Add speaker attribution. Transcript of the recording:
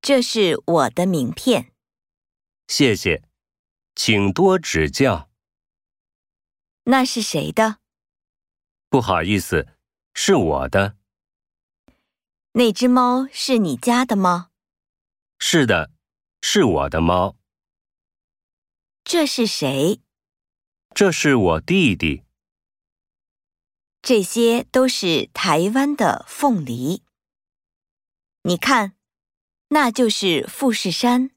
Speaker 1: 这是我的名片。
Speaker 2: 谢谢，请多指教。
Speaker 1: 那是谁的？
Speaker 2: 不好意思，是我的。
Speaker 1: 那只猫是你家的吗？
Speaker 2: 是的，是我的猫。
Speaker 1: 这是谁？
Speaker 2: 这是我弟弟。
Speaker 1: 这些都是台湾的凤梨。你看，那就是富士山。